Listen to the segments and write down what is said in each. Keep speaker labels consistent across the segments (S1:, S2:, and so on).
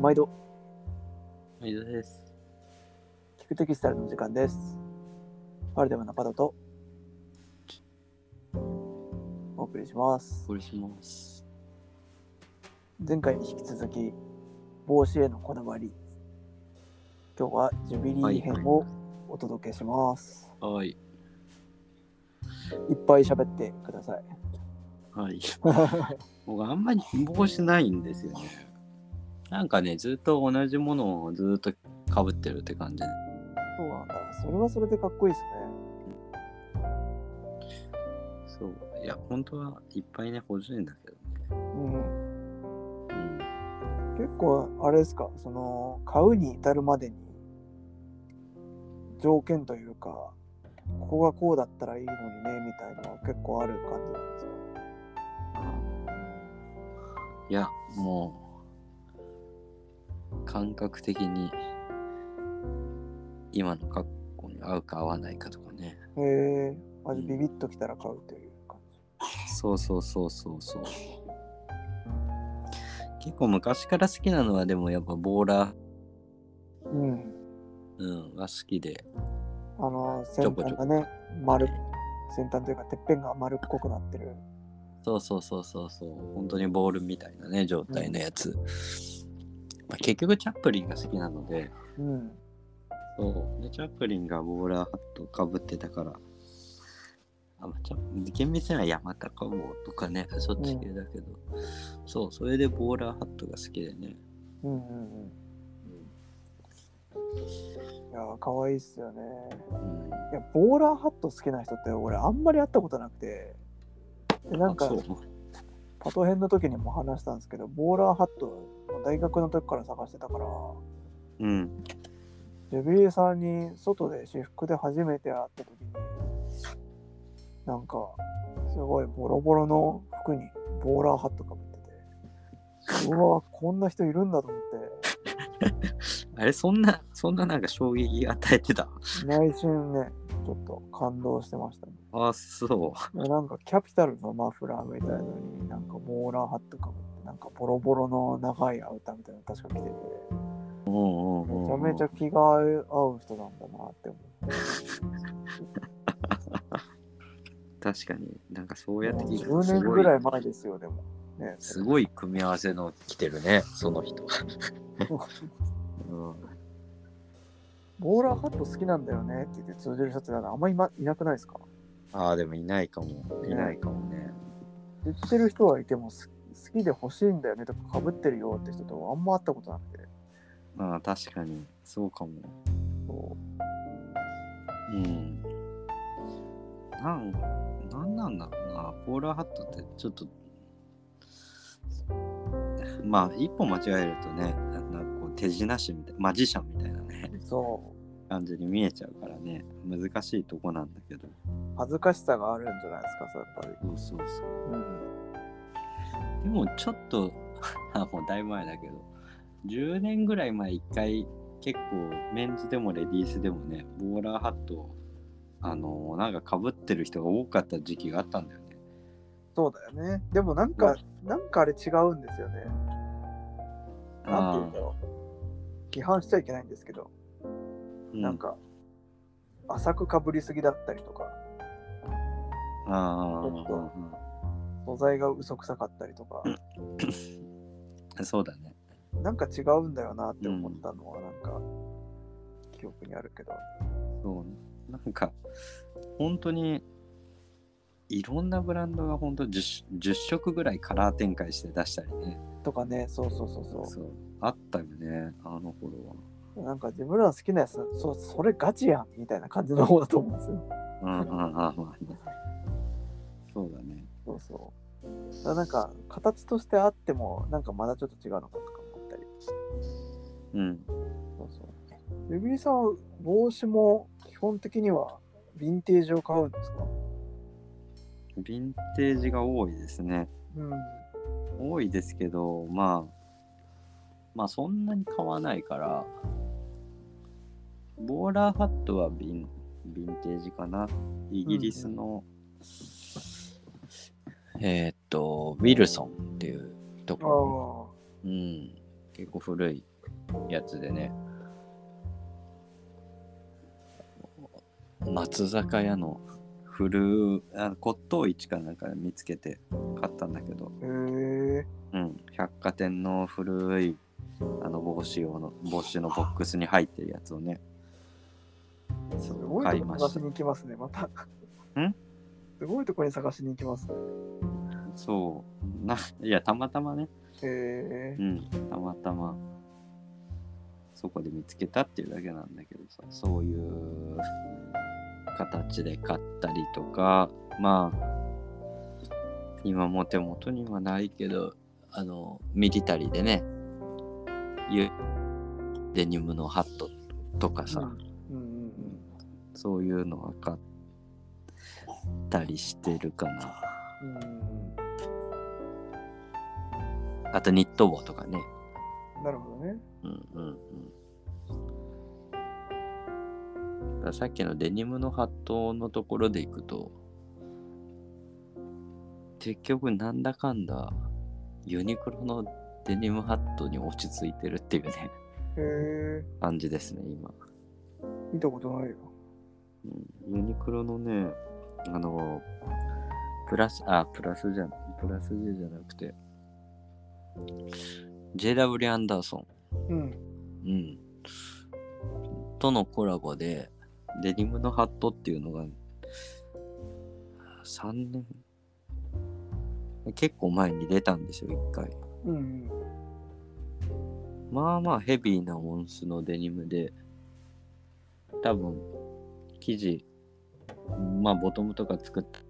S1: 毎度、
S2: 毎度です。
S1: 聞くテキスタイルの時間です。パルデムのパドと、お送りします。
S2: おりします。
S1: 前回に引き続き、帽子へのこだわり。今日はジュビリー編をお届けします。
S2: はい。
S1: いっぱい喋ってください。
S2: はい。僕、あんまり帽子ないんですよね。なんかね、ずっと同じものをずっとかぶってるって感じで。
S1: そうなんだ。それはそれでかっこいいですね。
S2: そう。いや、本当はいっぱいね、欲しいんだけどね。
S1: うん。
S2: うん、
S1: 結構、あれですか、その、買うに至るまでに、条件というか、ここがこうだったらいいのにね、みたいなのは結構ある感じなんですか
S2: いや、もう、感覚的に、今の格好に合うか合わないかとかね。
S1: へえ、ま
S2: う
S1: じ
S2: ん
S1: ビビッときたら買うという感じ。
S2: そうそうそうそうそう。結構昔から好きなのはでもやっぱボーラー、
S1: うん。
S2: うん、が好きで。
S1: あの、
S2: ちょ
S1: 先
S2: こち
S1: 端が
S2: ょこ
S1: ね、丸、先端というか、てっぺんが丸っこくなってる。
S2: そうそうそうそうそう。本当にボールみたいなね、状態のやつ。まあ、結局チャップリンが好きなので、
S1: うん。
S2: そう。で、チャップリンがボーラーハットかぶってたから、あ、まあ、チャップ厳密には山高帽とかね、そっち系だけど、そう、それでボーラーハットが好きでね。
S1: うんうんうん。いやー、かわいいっすよね。
S2: うん、
S1: いや、ボーラーハット好きな人って、俺、あんまり会ったことなくて。でなん
S2: あ
S1: か
S2: そ、う
S1: パト編の時にも話したんですけど、ボーラーハット、大学の時から探してたから、
S2: うん。
S1: ジュビリーさんに外で私服で初めて会った時になんかすごいボロボロの服にボーラーハットかぶっててうわこんな人いるんだと思っ
S2: あれ、そんな、そんななんか衝撃与えてた。
S1: て内心ねちょっと感動してましたね
S2: あ、そう。
S1: なんかキャピタルのマフラーみたいなのになんかボーラーハットかぶってなんかボロボロの長いアウターみたいなの確か着てて
S2: うんうん
S1: めちゃ
S2: うん
S1: めちゃ気が合う人なんだなって思って
S2: 確かになんかそうやって聞くと
S1: 10年
S2: すご
S1: ぐらい前ですよでもね
S2: すごい組み合わせの来てるねその人、うん、
S1: ボーラーハット好きなんだよねって言って通じる人ってなんかあんまり今いなくないですか
S2: ああでもいないかもいないかもね
S1: 言ってる人はいてもす好きで欲しいんだよねとかかぶってるよって人とあんま会ったことなくて
S2: ああ確かにそうかも
S1: そ
S2: うんなんなんなんだろうなポーラーハットってちょっとまあ一歩間違えるとねなんかこう手品師みたいマジシャンみたいなね
S1: うそ
S2: 感じに見えちゃうからね難しいとこなんだけど
S1: う恥ずかしさがあるんじゃないですかそうやっぱり
S2: そうそうそう
S1: うん
S2: でもちょっと あもうだいぶ前だけど10年ぐらい前一回結構メンズでもレディースでもねボーラーハットをあのなんかかぶってる人が多かった時期があったんだよね
S1: そうだよねでもなんか、なんかあれ違うんですよねなんて言うんだろう批判しちゃいけないんですけど、
S2: う
S1: なんか浅くかぶりすぎだったりとか
S2: あ
S1: ちょっと素材が嘘くさかったりとか、
S2: あそうだね
S1: なんか違うんだよなって思ったのはなんか記憶にあるけど、
S2: そうなんか本当にいろんなブランドが本当 10, 10色ぐらいカラー展開して出したりね
S1: とかねそうそうそうそう
S2: そうあったよねあの頃は
S1: なんか自分らの好きなやつそそれガチやんみたいな感じの方だと思うんですよ
S2: うんうんうんうんうんそうだね。
S1: そうそうだからなんか形としてあってもなんかまだちょっと違うのかとか思ったり
S2: うん。
S1: そうそうゆびりさんは帽子も基本的にはヴィンテージを買うんですか
S2: ヴィンテージが多いですね。
S1: うん
S2: 多いですけど、まあ、まあそんなに買わないから、ボーラーハットはヴィンヴィンテージかな。イギリスの、えーっと、ウィルソンっていうと
S1: あ
S2: こ
S1: あ
S2: ろ。うん。結構古いやつでね松坂屋の古いあ骨董市かなんか見つけて買ったんだけど、
S1: へえ
S2: うん、百貨店の古いあの帽子用の帽子のボックスに入ってるやつをねそ
S1: す
S2: う
S1: ごい
S2: 買
S1: と
S2: い
S1: こ
S2: ま
S1: 探
S2: し
S1: したに行きますね、また。
S2: ん
S1: すごいとこに探しに行きますね。
S2: そうないやたまたまね
S1: へえ
S2: うん、たまたまそこで見つけたっていうだけなんだけどさそういう形で買ったりとかまあ今もう手元にはないけどあのミリタリーでねゆデニムのハットとかさ、
S1: うんうんうん
S2: そういうのは買ったりしてるかな
S1: うんうん
S2: あとニット帽とかね
S1: うん。なるほどね。
S2: うんうんうん。だからさっきのデニムのハットのところでいくと、結局なんだかんだユニクロのデニムハットに落ち着いてるっていうね、
S1: へえ
S2: 感じですね、今。
S1: 見たことないよ。
S2: うんユニクロのね、あの、プラス、あ、プラスじゃん、プラス J じゃなくて、JW アンダーソン。
S1: うん。
S2: うん。とのコラボで、デニムのハットっていうのが、3年、結構前に出たんですよ、一回。
S1: うん
S2: まあまあヘビーな音質のデニムで、多分、生地、まあボトムとか作った、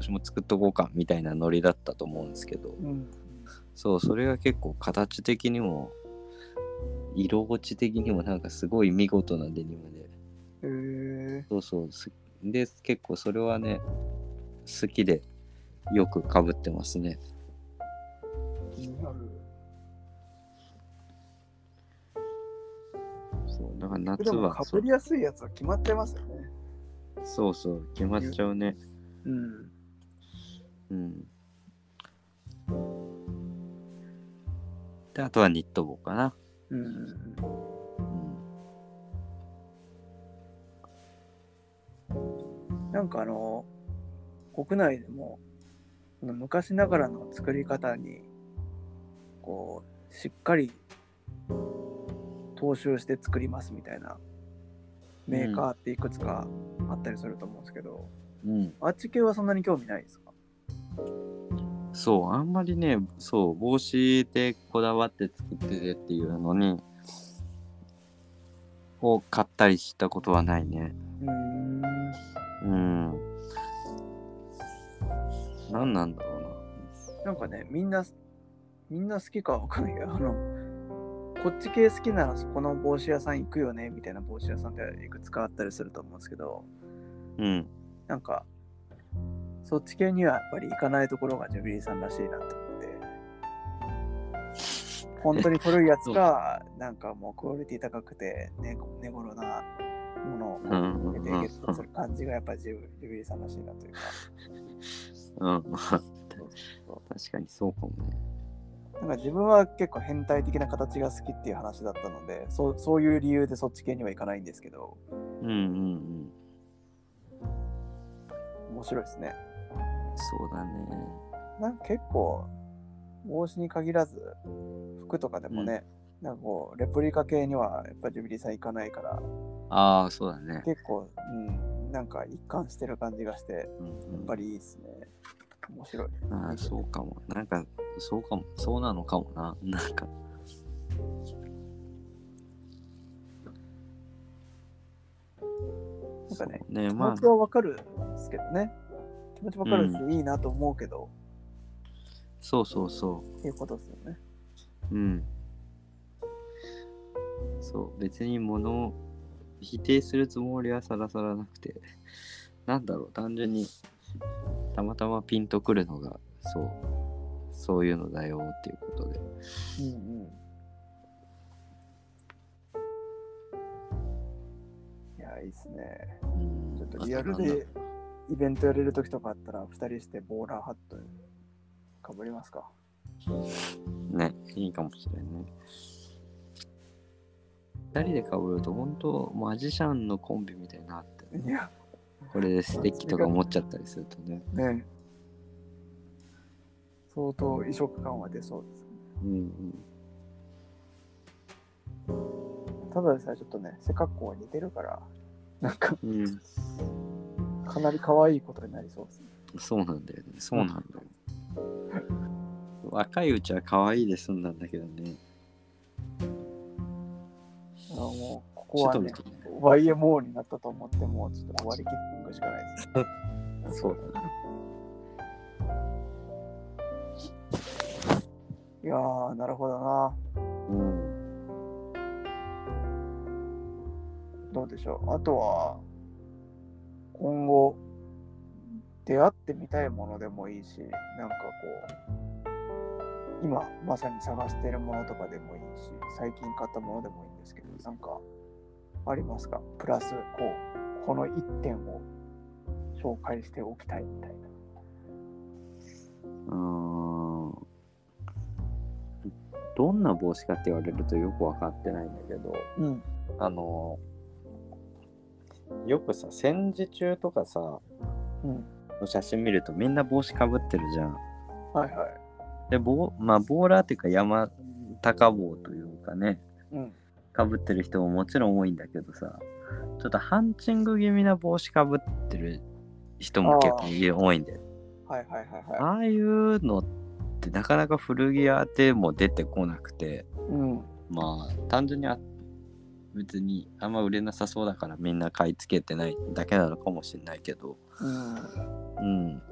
S2: 私も作っとこうか、みたいなノリだったと思うんですけど、
S1: うん。うん。
S2: そう、それが結構形的にも、色落ち的にもなんかすごい見事なデニムで。
S1: へえ
S2: そうそう。すで、結構それはね、好きでよく被ってますね。
S1: 気になる。
S2: そう、だから
S1: で
S2: 夏
S1: も、
S2: は
S1: か
S2: そ
S1: ぶ
S2: う
S1: りやすいやつは決まってますよね。
S2: そうそう、決まっちゃうね。
S1: うん。
S2: うん。で、あとはニット帽かな。
S1: うんうん
S2: うん。
S1: うん。なんかあの、国内でも、この昔ながらの作り方に、こう、しっかり踏襲して作りますみたいなメーカーっていくつかあったりすると思うんですけど、
S2: うん、
S1: あっち系はそんなに興味ないですか
S2: そう、あんまりね、そう、帽子でこだわって作っててっていうのに、を買ったりしたことはないね。
S1: うーん。
S2: うん。何なんだろうな。
S1: なんかね、みんな、みんな好きかわかんないけど、あの、こっち系好きならそこの帽子屋さん行くよねみたいな帽子屋さんっていくつかあったりすると思うんですけど、
S2: うん。
S1: なんか、そっち系にはやっぱり行かないところがジュビリーさんらしいなと思って。本当に古いやつか、なんかもうクオリティ高くて、ね、寝頃なものを
S2: うんうんうん
S1: 出てゲットする感じがやっぱりジュジュビリーさんらしいなというか。
S2: うん。
S1: そうそう
S2: 確かにそうかもね。
S1: そうなんか自分は結構変態的な形が好きっていう話だったので、そうそういう理由でそっち系には行かないんですけど、
S2: うんうんうん。
S1: 面白いですね。
S2: そうだね。
S1: なんか結構帽子に限らず服とかでもね、なんかこうレプリカ系にはやっぱジュビリーさん行かないから
S2: ああ、そうだね。
S1: 結構、うん、なんか一貫してる感じがしてや
S2: うんうん
S1: っぱりいいですね面白い
S2: ああ、そうかも。なんか、そうかも。そうなのかもな。 なんか。
S1: なんかね
S2: そうね、
S1: 気
S2: ま
S1: 持
S2: あ
S1: ち、はわかるんですけどね気持ちわかるし、
S2: う
S1: いいなと思うけど
S2: そうそうそ
S1: っていうことですよね
S2: う。うん。そう、別に物を否定するつもりはさらさらなくて、 なんだろう、単純にたまたまピンとくるのが、そう、そういうのだよっていうことで。
S1: うんうんいやいいっすね
S2: うん
S1: ちょっとリアルでイベントやれる時とかあったら、2人してボーラーハットかぶりますか。
S2: ね、いいかもしれんね。 2人で被ると本当マジシャンのコンビみたいになって
S1: いや
S2: これでステッキとか持っちゃったりするとね
S1: ね相当異色感は出そうですね
S2: うん
S1: ただでさえちょっとね背格好が似てるからなんか
S2: うん、うん、
S1: かなり可愛いことになりそうですね
S2: そうなんだよねそうなんだよ、若いうちは可愛いで済んだんだけどね
S1: あのもうここ
S2: ちょっ
S1: は
S2: と
S1: ね
S2: 見てね
S1: YMO になったと思ってもうちょっと割り切っていくしかないです
S2: そうだね
S1: いやーなるほどな
S2: うん
S1: どうでしょうあとは今後出会ってみたいものでもいいしなんかこう今まさに探してるものとかでもいいし最近買ったものでもいいんですけどなんかありますかプラスこうこの1点を紹介しておきたいみたいな
S2: うーんどんな帽子かって言われるとよく分かってないんだけど
S1: うん
S2: あのよくさ戦時中とかさ
S1: うん
S2: の写真見るとみんな帽子かぶってるじゃん。
S1: はいはい
S2: でボー,、まあ、ボーラーっていうか山高帽というかね
S1: うん
S2: かぶってる人ももちろん多いんだけどさちょっとハンチング気味な帽子かぶってる人も結構多いんだよ。
S1: はいはいはいはい
S2: ああいうのってなかなか古着屋でも出てこなくて
S1: うん
S2: まあ単純にあ別にあんま売れなさそうだからみんな買い付けてないだけなのかもしれないけど
S1: うん
S2: うん。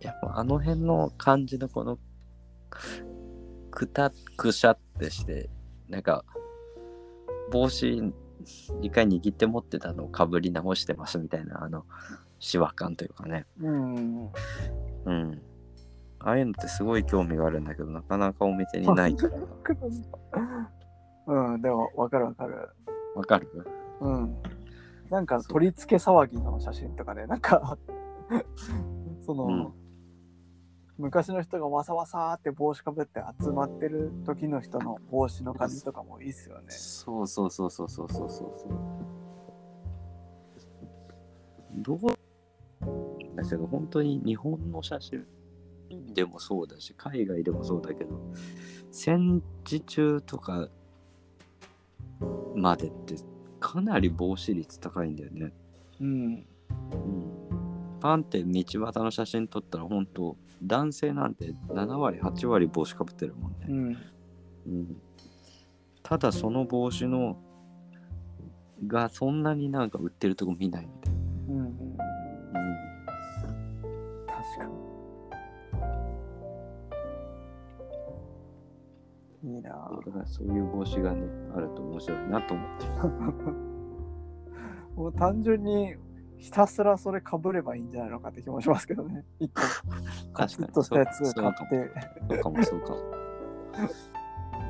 S2: やっぱあの辺の感じのこの、くた、くしゃってして、なんか、帽子、一回握って持ってたのをかぶり直してますみたいな、あの、しわ感というかね。
S1: うん
S2: うん。ああいうのってすごい興味があるんだけど、なかなかお店にない から。
S1: うんでもわかるわかる
S2: わかる
S1: うん。なんか取り付け騒ぎの写真とかね、なんか、 その、
S2: うん
S1: 昔の人がわさわさーって帽子かぶって集まってる時の人の帽子の感じとかもいいっすよね。
S2: そうそうそうそうそうそうそうそう。どうだけど本当に日本の写真でもそうだし海外でもそうだけど戦時中とかまでってかなり防止率高いんだよね。
S1: うん。
S2: うん、パンって道端の写真撮ったら本当男性なんて7割8割帽子かぶってるもんね。
S1: うん。
S2: うんただその帽子のがそんなになんか売ってるとこ見ないんで、
S1: うん。確かに。いいなぁ
S2: だからそういう帽子がねあると面白いなと思ってる
S1: もう単純にひたすらそれかぶればいいんじゃないのかって気もしますけどね。一個カチッとしたやつ
S2: そう
S1: 買っ
S2: そう
S1: て。
S2: そうかもそうかも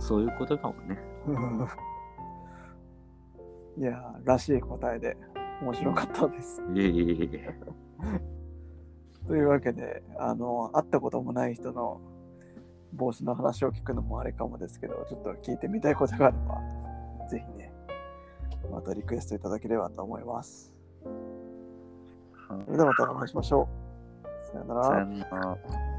S2: そういうことかもね
S1: うんいやーらしい答えで面白かったです。
S2: いえいえいえ
S1: というわけであの会ったこともない人の帽子の話を聞くのもあれかもですけどちょっと聞いてみたいことがあればぜひねまたリクエストいただければと思います。それではまたお会いしましょう。さよな
S2: さ
S1: ら
S2: よ。なら